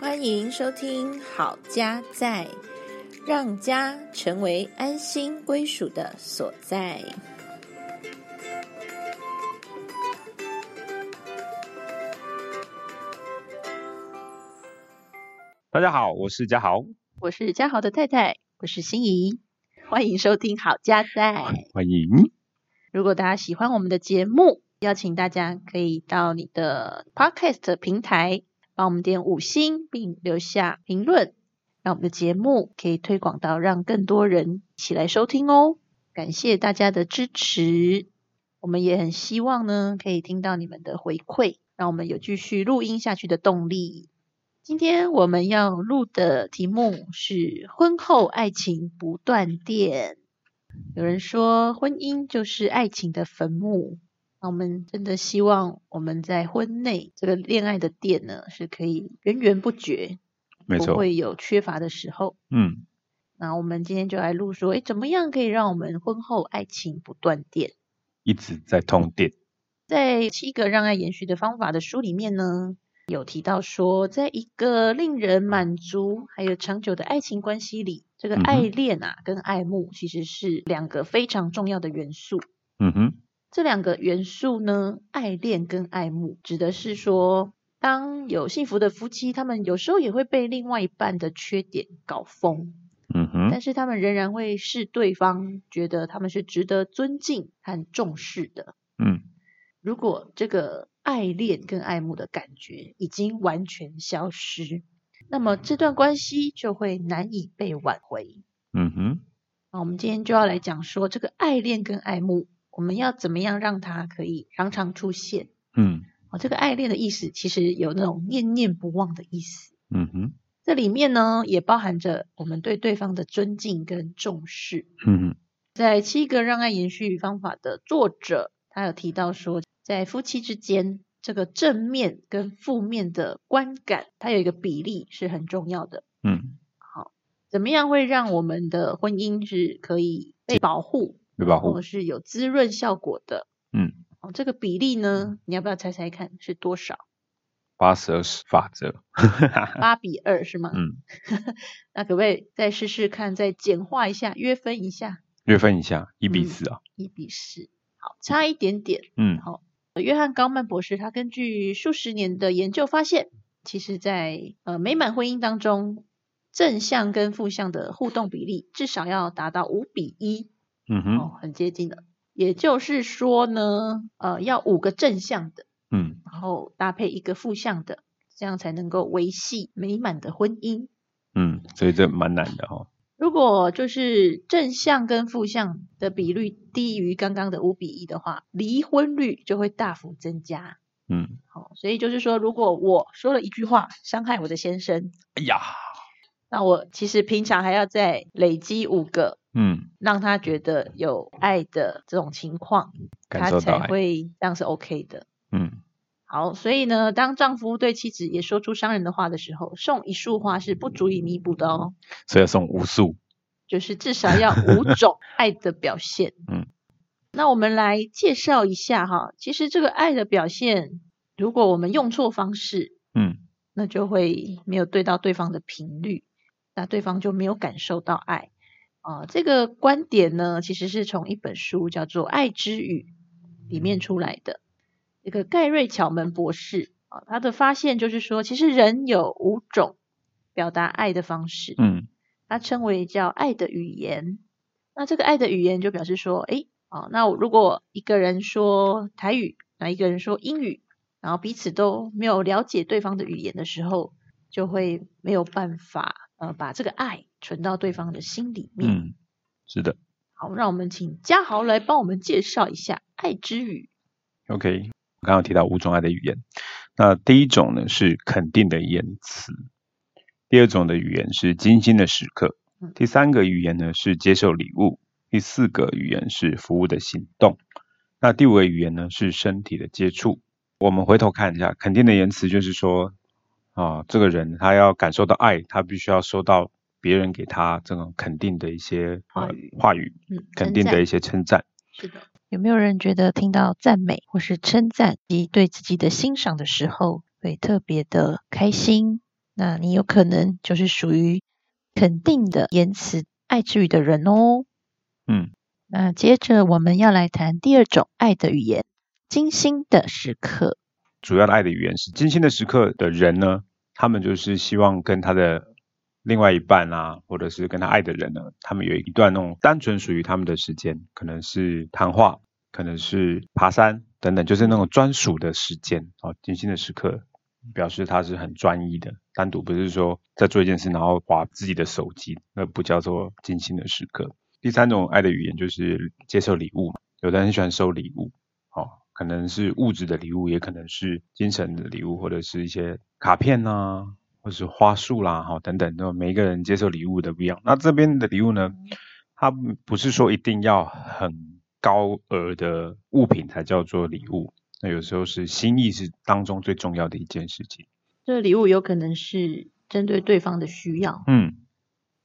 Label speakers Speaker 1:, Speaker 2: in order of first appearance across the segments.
Speaker 1: 欢迎收听《好家在》，让家成为安心归属的所在。
Speaker 2: 大家好，我是嘉豪，
Speaker 1: 我是嘉豪的太太，我是心怡，欢迎收听《好家在》。
Speaker 2: 欢迎。
Speaker 1: 如果大家喜欢我们的节目，邀请大家可以到你的 Podcast 平台帮我们点五星，并留下评论，让我们的节目可以推广到让更多人一起来收听哦。感谢大家的支持，我们也很希望呢可以听到你们的回馈，让我们有继续录音下去的动力。今天我们要录的题目是婚后爱情不断电。有人说，婚姻就是爱情的坟墓。那我们真的希望我们在婚内这个恋爱的电呢，是可以源源不绝，
Speaker 2: 没
Speaker 1: 不
Speaker 2: 错，
Speaker 1: 会有缺乏的时候。
Speaker 2: 嗯，
Speaker 1: 那我们今天就来录说，诶，怎么样可以让我们婚后爱情不断电？
Speaker 2: 一直在通电，
Speaker 1: 在七个让爱延续的方法的书里面呢，有提到说，在一个令人满足还有长久的爱情关系里，这个
Speaker 2: 嗯哼
Speaker 1: 爱恋啊跟爱慕其实是两个非常重要的元素。
Speaker 2: 嗯哼，
Speaker 1: 这两个元素呢，爱恋跟爱慕，指的是说，当有幸福的夫妻，他们有时候也会被另外一半的缺点搞疯，
Speaker 2: 嗯哼，
Speaker 1: 但是他们仍然会视对方觉得他们是值得尊敬和重视的。
Speaker 2: 嗯，
Speaker 1: 如果这个爱恋跟爱慕的感觉已经完全消失，那么这段关系就会难以被挽回。
Speaker 2: 嗯哼，
Speaker 1: 那我们今天就要来讲说这个爱恋跟爱慕，我们要怎么样让它可以常常出现？
Speaker 2: 嗯，
Speaker 1: 哦，这个爱恋的意思其实有那种念念不忘的意思。
Speaker 2: 嗯哼，
Speaker 1: 这里面呢，也包含着我们对对方的尊敬跟重视。
Speaker 2: 嗯哼，
Speaker 1: 在《七个让爱延续方法》的作者，他有提到说，在夫妻之间，这个正面跟负面的观感，它有一个比例是很重要的。
Speaker 2: 嗯，
Speaker 1: 怎么样会让我们的婚姻是可以被保护，
Speaker 2: 被保
Speaker 1: 或
Speaker 2: 护
Speaker 1: 者，是有滋润效果的？
Speaker 2: 嗯，
Speaker 1: 哦，这个比例呢，你要不要猜猜看是多少？
Speaker 2: 八十二十法则，
Speaker 1: 八比二是吗？
Speaker 2: 嗯，
Speaker 1: 那可不可以再试试看，再简化一下，约分一下，
Speaker 2: 约分一下，一比
Speaker 1: 嗯
Speaker 2: 四啊，
Speaker 1: 一比十，好，差一点点。呃
Speaker 2: 嗯
Speaker 1: 约翰·高曼博士他根据数十年的研究发现，其实在呃美满婚姻当中，正向跟负向的互动比例至少要达到五比一、
Speaker 2: 嗯哼，
Speaker 1: 哦，很接近的。也就是说呢，呃，要五个正向的，
Speaker 2: 嗯
Speaker 1: 然后搭配一个负向的，这样才能够维系美满的婚姻。
Speaker 2: 嗯，所以这蛮难的哦，
Speaker 1: 如果就是正向跟负向的比率低于刚刚的五比一的话，离婚率就会大幅增加。
Speaker 2: 嗯，
Speaker 1: 好、所以就是说，如果我说了一句话伤害我的先生，
Speaker 2: 哎呀，
Speaker 1: 那我其实平常还要再累积五个，
Speaker 2: 嗯，
Speaker 1: 让他觉得有爱的这种情况，
Speaker 2: 感
Speaker 1: 他
Speaker 2: 受到
Speaker 1: 才
Speaker 2: 爱，
Speaker 1: 会这样是 OK 的。
Speaker 2: 嗯
Speaker 1: 好，所以呢，当丈夫对妻子也说出伤人的话的时候，送一束花是不足以弥补的哦，
Speaker 2: 所以要送无数，
Speaker 1: 就是至少要五种爱的表现。
Speaker 2: 嗯，
Speaker 1: 那我们来介绍一下哈，其实这个爱的表现，如果我们用错方式，
Speaker 2: 嗯
Speaker 1: 那就会没有对到对方的频率，那对方就没有感受到爱。啊、这个观点呢，其实是从一本书叫做《爱之语》里面出来的。一个盖瑞·巧门博士啊、他的发现就是说，其实人有五种表达爱的方式，
Speaker 2: 嗯
Speaker 1: 它称为叫爱的语言。那这个爱的语言就表示说，诶，哦，那我如果一个人说台语，那一个人说英语，然后彼此都没有了解对方的语言的时候，就会没有办法呃把这个爱存到对方的心里面。
Speaker 2: 嗯，是的
Speaker 1: 好，让我们请嘉豪来帮我们介绍一下爱之语。
Speaker 2: ，OK，我刚刚有提到五种爱的语言，那第一种呢是肯定的言辞，第二种的语言是精心的时刻
Speaker 1: 嗯，
Speaker 2: 第三个语言呢是接受礼物，第四个语言是服务的行动，那第五个语言呢是身体的接触。我们回头看一下，肯定的言辞就是说，啊，这个人他要感受到爱，他必须要收到别人给他这种肯定的一些
Speaker 1: 话
Speaker 2: 呃
Speaker 1: 语
Speaker 2: 话语，
Speaker 1: 嗯，
Speaker 2: 肯定
Speaker 1: 称赞
Speaker 2: 的一些称赞。
Speaker 1: 是的。有没有人觉得听到赞美或是称赞及对自己的欣赏的时候，会特别的开心？那你有可能就是属于肯定的言辞爱之语的人哦。
Speaker 2: 嗯，
Speaker 1: 那接着我们要来谈第二种爱的语言——精心的时刻。
Speaker 2: 主要的爱的语言是精心的时刻的人呢，他们就是希望跟他的另外一半啊，或者是跟他爱的人呢，他们有一段那种单纯属于他们的时间，可能是谈话，可能是爬山等等，就是那种专属的时间哦。精心的时刻表示他是很专一的，单独不是说在做一件事然后划自己的手机，那不叫做精心的时刻。第三种爱的语言就是接受礼物嘛，有的人很喜欢收礼物，哦，可能是物质的礼物，也可能是精神的礼物，或者是一些卡片呐、啊或者是花束啦，哈、等等，那每一个人接受礼物的不一样。那这边的礼物呢，它不是说一定要很高额的物品才叫做礼物，那有时候是心意是当中最重要的一件事情。
Speaker 1: 这个礼物有可能是针对对方的需要，
Speaker 2: 嗯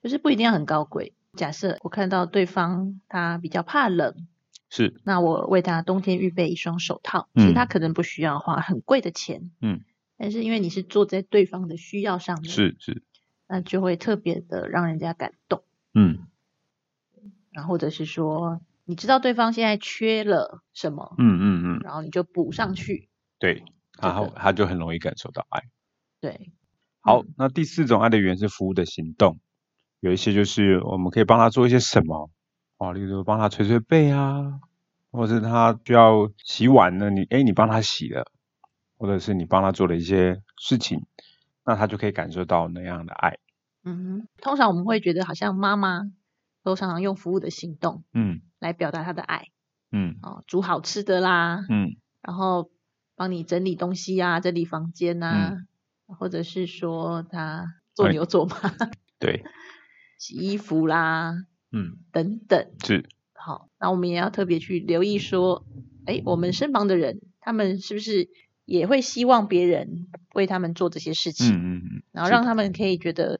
Speaker 1: 就是不一定要很高贵。假设我看到对方他比较怕冷，
Speaker 2: 是，
Speaker 1: 那我为他冬天预备一双手套，
Speaker 2: 嗯
Speaker 1: 其实他可能不需要花很贵的钱，
Speaker 2: 嗯，
Speaker 1: 但是因为你是坐在对方的需要上面，，
Speaker 2: 是是，
Speaker 1: 那就会特别的让人家感动。
Speaker 2: 嗯
Speaker 1: 然后或者是说，你知道对方现在缺了什么，
Speaker 2: 嗯嗯嗯，
Speaker 1: 然后你就补上去，
Speaker 2: 对，然后他就很容易感受到哎爱。
Speaker 1: 对，
Speaker 2: 好
Speaker 1: 嗯，
Speaker 2: 那第四种爱的语言是服务的行动，有一些就是我们可以帮他做一些什么哦，例如帮他捶捶背啊，或者是他需要洗碗呢，你诶，你帮他洗了，或者是你帮他做了一些事情，那他就可以感受到那样的爱。
Speaker 1: 嗯哼，通常我们会觉得好像妈妈都常常用服务的行动
Speaker 2: 嗯
Speaker 1: 来表达她的爱，
Speaker 2: 嗯
Speaker 1: 哦，煮好吃的啦，
Speaker 2: 嗯
Speaker 1: 然后帮你整理东西呀、整理房间呐、或者是说他做
Speaker 2: 嗯哎
Speaker 1: 牛做马、
Speaker 2: 对，
Speaker 1: 洗衣服啦
Speaker 2: 嗯
Speaker 1: 等等。
Speaker 2: 是
Speaker 1: 好，那我们也要特别去留意说，哎，我们身旁的人，他们是不是也会希望别人为他们做这些事
Speaker 2: 嗯
Speaker 1: 情，
Speaker 2: 嗯嗯，
Speaker 1: 然后
Speaker 2: 是
Speaker 1: 让他们可以觉得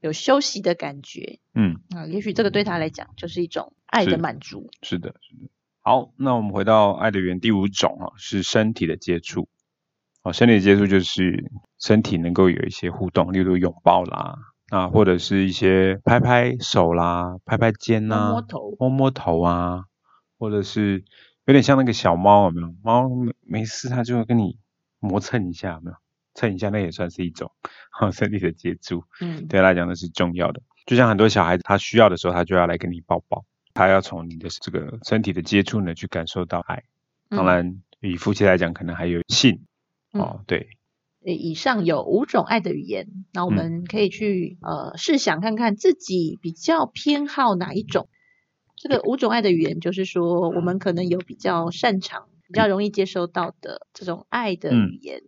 Speaker 1: 有休息的感觉
Speaker 2: 嗯
Speaker 1: 啊、也许这个对他来讲就是一种爱
Speaker 2: 是
Speaker 1: 的满足。
Speaker 2: 是的是的。好，那我们回到爱的语言第五种啊，是身体的接触。哦，身体接触就是身体能够有一些互动，例如拥抱啦，啊，或者是一些拍拍手啦、拍拍肩
Speaker 1: 摸
Speaker 2: 呐、
Speaker 1: 摸头，
Speaker 2: 摸摸头啊，或者是有点像那个小猫，有没有？猫没没事，它就会跟你磨蹭一下，有没有？蹭一下那也算是一种 身体的接触。
Speaker 1: 嗯，
Speaker 2: 对他来讲那是重要的。就像很多小孩子，他需要的时候，他就要来跟你抱抱，他要从你的这个身体的接触呢去感受到爱。
Speaker 1: 嗯
Speaker 2: 当，然，以夫妻来讲，可能还有性、
Speaker 1: 嗯
Speaker 2: 哦，对，
Speaker 1: 呃以上有五种爱的语言，那我们可以去、呃试想看看自己比较偏好哪一种。这个五种爱的语言，就是说我们可能有比较擅长、比较容易接收到的这种爱的
Speaker 2: 嗯
Speaker 1: 语言、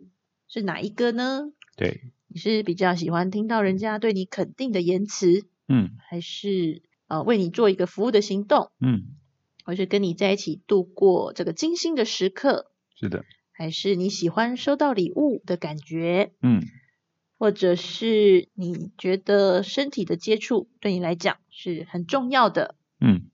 Speaker 1: 是哪一个呢？
Speaker 2: 对，
Speaker 1: 你是比较喜欢听到人家对你肯定的言辞，
Speaker 2: 嗯
Speaker 1: 还是呃为你做一个服务的行动，
Speaker 2: 嗯，
Speaker 1: 或是跟你在一起度过这个精心的时刻，
Speaker 2: 是的，
Speaker 1: 还是你喜欢收到礼物的感觉？
Speaker 2: 嗯
Speaker 1: 或者是你觉得身体的接触对你来讲是很重要的，
Speaker 2: 嗯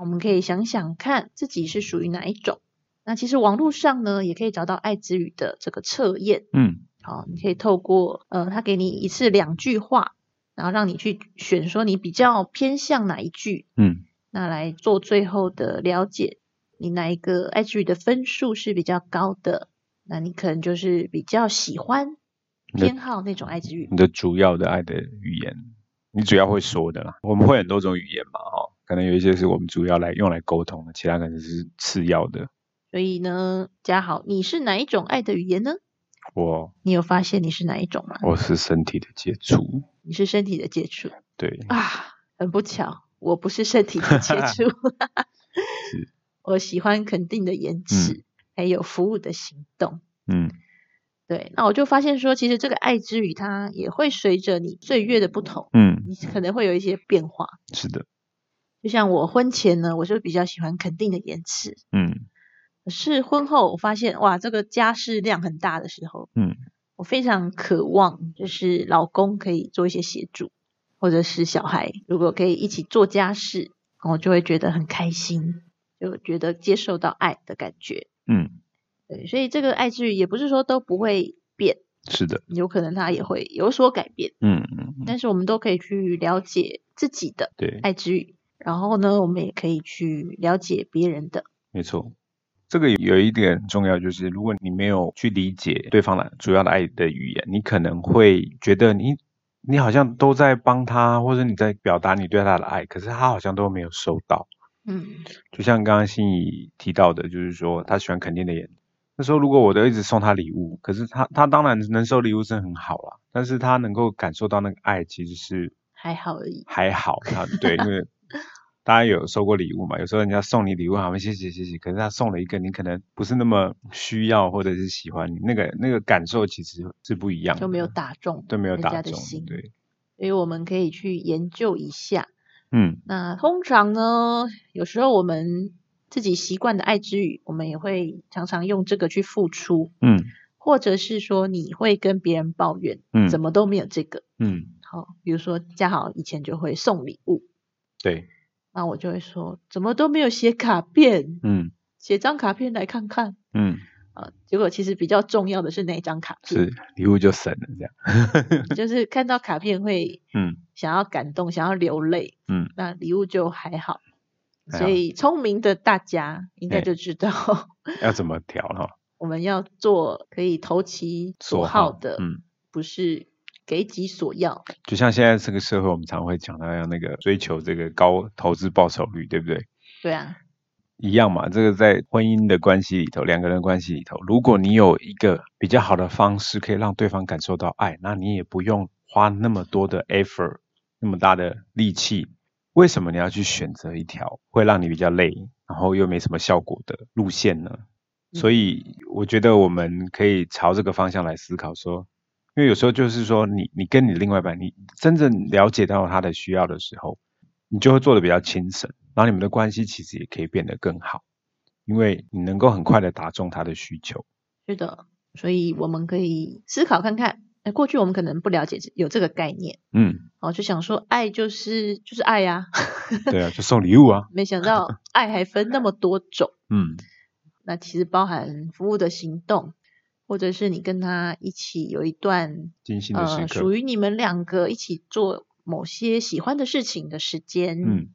Speaker 1: 我们可以想想看自己是属于哪一种。那其实网络上呢，也可以找到爱之语的这个测验，
Speaker 2: 嗯
Speaker 1: 好、你可以透过呃，他给你一次两句话，然后让你去选说你比较偏向哪一句，
Speaker 2: 嗯
Speaker 1: 那来做最后的了解，你哪一个 H 语的分数是比较高的，那你可能就是比较喜欢
Speaker 2: 你的
Speaker 1: 偏好那种 H 语
Speaker 2: 你。的主要的爱的语言，你主要会说的啦。我们会很多种语言嘛，哦，可能有一些是我们主要来用来沟通的，其他可能是次要的。
Speaker 1: 所以呢，嘉豪，你是哪一种爱的语言呢？
Speaker 2: 我
Speaker 1: 你有发现你是哪一种吗？
Speaker 2: 我是身体的接触，
Speaker 1: 你是身体的接触
Speaker 2: 对，
Speaker 1: 啊，很不巧，我不是身体的接触， 我喜欢肯定的言辞，还有服务的行动。
Speaker 2: 嗯
Speaker 1: 对，那我就发现说，其实这个爱之语，它也会随着你岁月的不同，
Speaker 2: 嗯，
Speaker 1: 你可能会有一些变化。
Speaker 2: 是的，
Speaker 1: 就像我婚前呢，我就比较喜欢肯定的言辞，
Speaker 2: 嗯
Speaker 1: 可是婚后我发现，哇，这个家事量很大的时候，
Speaker 2: 嗯。
Speaker 1: 我非常渴望，就是老公可以做一些协助，或者是小孩如果可以一起做家事，我就会觉得很开心，就觉得接受到爱的感觉。
Speaker 2: 嗯
Speaker 1: 对，所以这个爱之语也不是说都不会变，
Speaker 2: 是的，
Speaker 1: 有可能它也会有所改变。
Speaker 2: 嗯嗯，嗯
Speaker 1: 但是我们都可以去了解自己的
Speaker 2: 对，
Speaker 1: 爱之语，然后呢，我们也可以去了解别人的。
Speaker 2: 没错。这个有一点很重要，就是如果你没有去理解对方的主要的爱的语言，你可能会觉得你你好像都在帮他，或者你在表达你对他的爱，可是他好像都没有收到。
Speaker 1: 嗯，
Speaker 2: 就像刚刚心怡提到的，就是说他喜欢肯定的眼。那时候如果我都一直送他礼物，可是他他当然能收礼物是很好啦，但是他能够感受到那个爱其实是
Speaker 1: 还好而已。
Speaker 2: 还好，他对，因为大家有收过礼物嘛，有时候人家送你礼物，好像谢谢谢谢，可是他送了一个你可能不是那么需要或者是喜欢你，那个那个感受其实是不一样的，
Speaker 1: 就没有打中
Speaker 2: 嗯对没有
Speaker 1: 人家
Speaker 2: 打
Speaker 1: 的
Speaker 2: 中
Speaker 1: 心，
Speaker 2: 对，
Speaker 1: 所以我们可以去研究一下。
Speaker 2: 嗯，
Speaker 1: 那通常呢，有时候我们自己习惯的爱之语，我们也会常常用这个去付出，
Speaker 2: 嗯
Speaker 1: 或者是说你会跟别人抱怨，
Speaker 2: 嗯
Speaker 1: 怎么都没有这个。
Speaker 2: 嗯，
Speaker 1: 好，比如说嘉豪以前就会送礼物，
Speaker 2: 对，
Speaker 1: 那我就会说怎么都没有写卡片，
Speaker 2: 嗯
Speaker 1: 写张卡片来看看
Speaker 2: 嗯
Speaker 1: 啊。结果其实比较重要的是那张卡片，
Speaker 2: 是礼物就省了这样，
Speaker 1: 就是看到卡片会
Speaker 2: 嗯
Speaker 1: 想要感动，想要流泪，
Speaker 2: 嗯，
Speaker 1: 那礼物就还好。
Speaker 2: 还好
Speaker 1: 所以聪明的大家应该
Speaker 2: 嘿
Speaker 1: 就知道，
Speaker 2: 要怎么调哈？
Speaker 1: 我们要做可以投其所
Speaker 2: 所
Speaker 1: 好
Speaker 2: 好
Speaker 1: 的，
Speaker 2: 嗯，
Speaker 1: 不是给己所要。
Speaker 2: 就像现在这个社会，我们常会讲到要那个追求这个高投资报酬率，对不对？
Speaker 1: 对啊，
Speaker 2: 一样嘛，这个在婚姻的关系里头，两个人的关系里头，如果你有一个比较好的方式可以让对方感受到爱，那你也不用花那么多的 effort，那么大的力气。为什么你要去选择一条会让你比较累，然后又没什么效果的路线呢？
Speaker 1: 嗯
Speaker 2: 所以我觉得我们可以朝这个方向来思考说，因为有时候就是说你你跟你另外一半，你真正了解到他的需要的时候，你就会做的比较轻省，然后你们的关系其实也可以变得更好，因为你能够很快的打中他的需求。
Speaker 1: 是的，所以我们可以思考看看。哎，过去我们可能不了解有这个概念，
Speaker 2: 嗯，
Speaker 1: 哦，就想说爱就是就是爱呀、
Speaker 2: 对啊，就送礼物啊。
Speaker 1: 没想 到爱还分那么多种。
Speaker 2: 嗯，
Speaker 1: 那其实包含服务的行动，或者是你跟他一起有一段
Speaker 2: 精心的时
Speaker 1: 呃
Speaker 2: 刻。
Speaker 1: 属于你们两个一起做某些喜欢的事情的时间。，
Speaker 2: 嗯，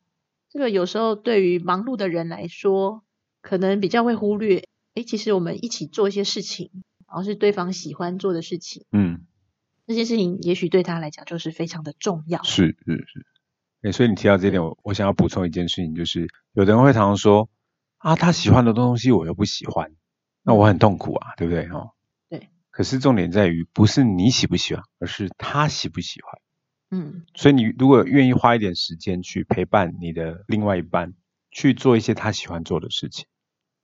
Speaker 1: 这个有时候对于忙碌的人来说，可能比较会忽略。诶，其实我们一起做一些事情，然后是对方喜欢做的事情，
Speaker 2: 嗯，
Speaker 1: 这些事情也许对他来讲就是非常的重要。
Speaker 2: 是是是。哎、所以你提到这一点，我我想要补充一件事情，就是有的人会常常说啊，他喜欢的东西我又不喜欢，那我很痛苦啊，对不对？哦，
Speaker 1: 对。
Speaker 2: 可是重点在于，不是你喜不喜欢，而是他喜不喜欢。
Speaker 1: 嗯，
Speaker 2: 所以你如果愿意花一点时间去陪伴你的另外一半，去做一些他喜欢做的事情，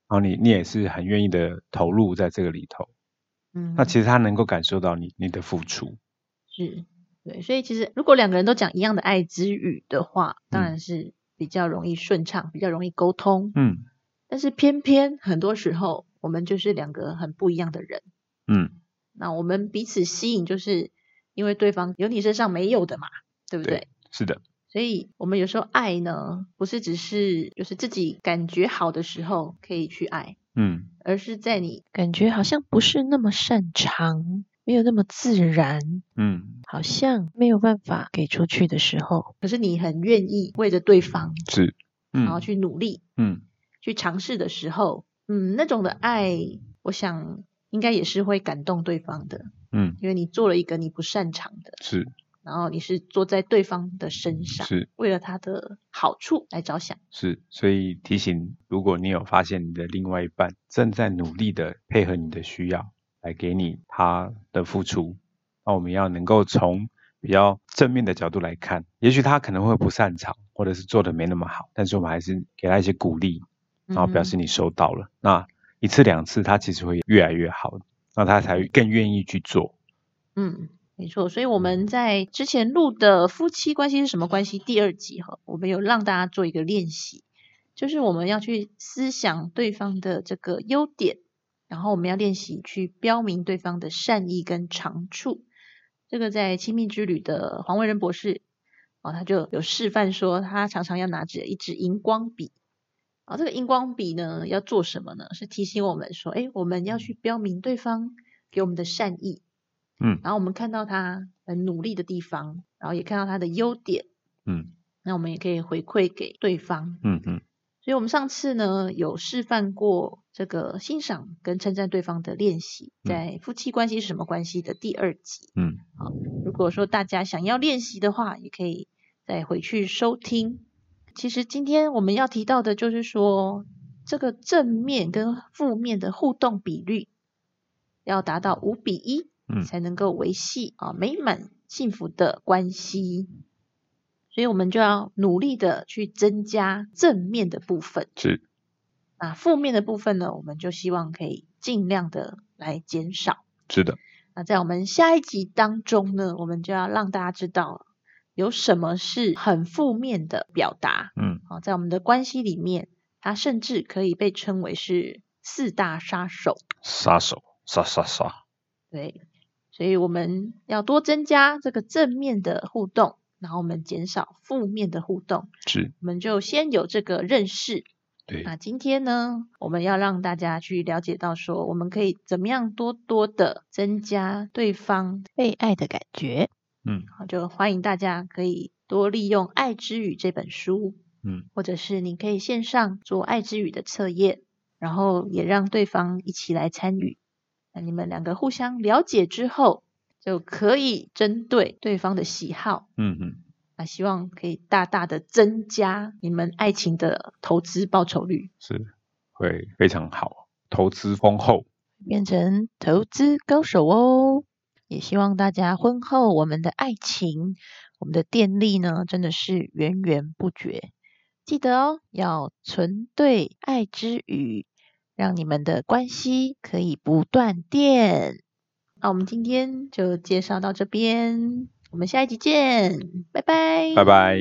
Speaker 2: 然后你你也是很愿意的投入在这个里头，
Speaker 1: 嗯，
Speaker 2: 那其实他能够感受到你你的付出，
Speaker 1: 是，对，所以其实如果两个人都讲一样的爱之语的话，当然是比较容易顺畅，比较容易沟通。
Speaker 2: 嗯
Speaker 1: 但是偏偏很多时候，我们就是两个很不一样的人，
Speaker 2: 嗯，
Speaker 1: 那我们彼此吸引，就是因为对方有你身上没有的嘛，对不对？
Speaker 2: 对是的，
Speaker 1: 所以我们有时候爱呢，不是只是就是自己感觉好的时候可以去爱，
Speaker 2: 嗯
Speaker 1: 而是在你感觉好像不是那么擅长，没有那么自然，
Speaker 2: 嗯
Speaker 3: 好像没有办法给出去的时候，
Speaker 1: 可是你很愿意为着对方，
Speaker 2: 是，嗯
Speaker 1: 然后去努力、
Speaker 2: 嗯
Speaker 1: 去尝试的时候，嗯，那种的爱，我想应该也是会感动对方的，
Speaker 2: 嗯
Speaker 1: 因为你做了一个你不擅长的，
Speaker 2: 是
Speaker 1: 然后你是坐在对方的身上，
Speaker 2: 是
Speaker 1: 为了他的好处来着想。
Speaker 2: 是，所以提醒，如果你有发现你的另外一半正在努力的配合你的需要，来给你他的付出，那我们要能够从比较正面的角度来看，也许他可能会不擅长，或者是做的没那么好，但是我们还是给他一些鼓励，然后表示
Speaker 1: 嗯
Speaker 2: 你收到了。那一次两次，他其实会越来越好，那他才更愿意去做。
Speaker 1: 嗯，没错。所以我们在之前录的夫妻关系是什么关系第二集哈，我们有让大家做一个练习，就是我们要去思想对方的这个优点，然后我们要练习去标明对方的善意跟长处。这个在亲密之旅的黄维仁博士哦，他就有示范说，他常常要拿着一支荧光笔。啊、这个荧光笔呢，要做什么呢？是提醒我们说，哎，我们要去标明对方给我们的善意，
Speaker 2: 嗯
Speaker 1: 然后我们看到他很努力的地方，然后也看到他的优点，
Speaker 2: 嗯
Speaker 1: 那我们也可以回馈给对方。
Speaker 2: 嗯嗯
Speaker 1: 所以我们上次呢有示范过这个欣赏跟称赞对方的练习，
Speaker 2: 嗯
Speaker 1: 在夫妻关系是什么关系的第二集。
Speaker 2: 嗯，
Speaker 1: 如果说大家想要练习的话，也可以再回去收听。其实今天我们要提到的就是说，这个正面跟负面的互动比率要达到五比一，
Speaker 2: 嗯
Speaker 1: 才能够维系啊美满幸福的关系。所以我们就要努力的去增加正面的部分，
Speaker 2: 是
Speaker 1: 那负面的部分呢，我们就希望可以尽量的来减少。
Speaker 2: 是的，
Speaker 1: 那在我们下一集当中呢，我们就要让大家知道有什么是很负面的表达
Speaker 2: 嗯
Speaker 1: 啊，在我们的关系里面，它甚至可以被称为是四大杀手。
Speaker 2: 杀手杀杀杀，
Speaker 1: 对，所以我们要多增加这个正面的互动，然后我们减少负面的互动，
Speaker 2: 是
Speaker 1: 我们就先有这个认识，
Speaker 2: 对，
Speaker 1: 那今天呢，我们要让大家去了解到说，我们可以怎么样多多的增加对方，
Speaker 3: 被爱的感觉。
Speaker 2: 嗯
Speaker 1: 好就欢迎大家可以多利用《爱之语》这本书，
Speaker 2: 嗯
Speaker 1: 或者是你可以线上做《爱之语》的测验，然后也让对方一起来参与。那你们两个互相了解之后，就可以针对对方的喜好，
Speaker 2: 嗯嗯，
Speaker 1: 那希望可以大大的增加你们爱情的投资报酬率。
Speaker 2: 是会非常好，投资丰厚，
Speaker 3: 变成投资高手哦。也希望大家婚后我们的爱情，我们的电力呢，真的是源源不绝。记得哦，要存对爱之语，让你们的关系可以不断电。
Speaker 1: 那我们今天就介绍到这边，我们下一集见，拜拜，
Speaker 2: 拜拜。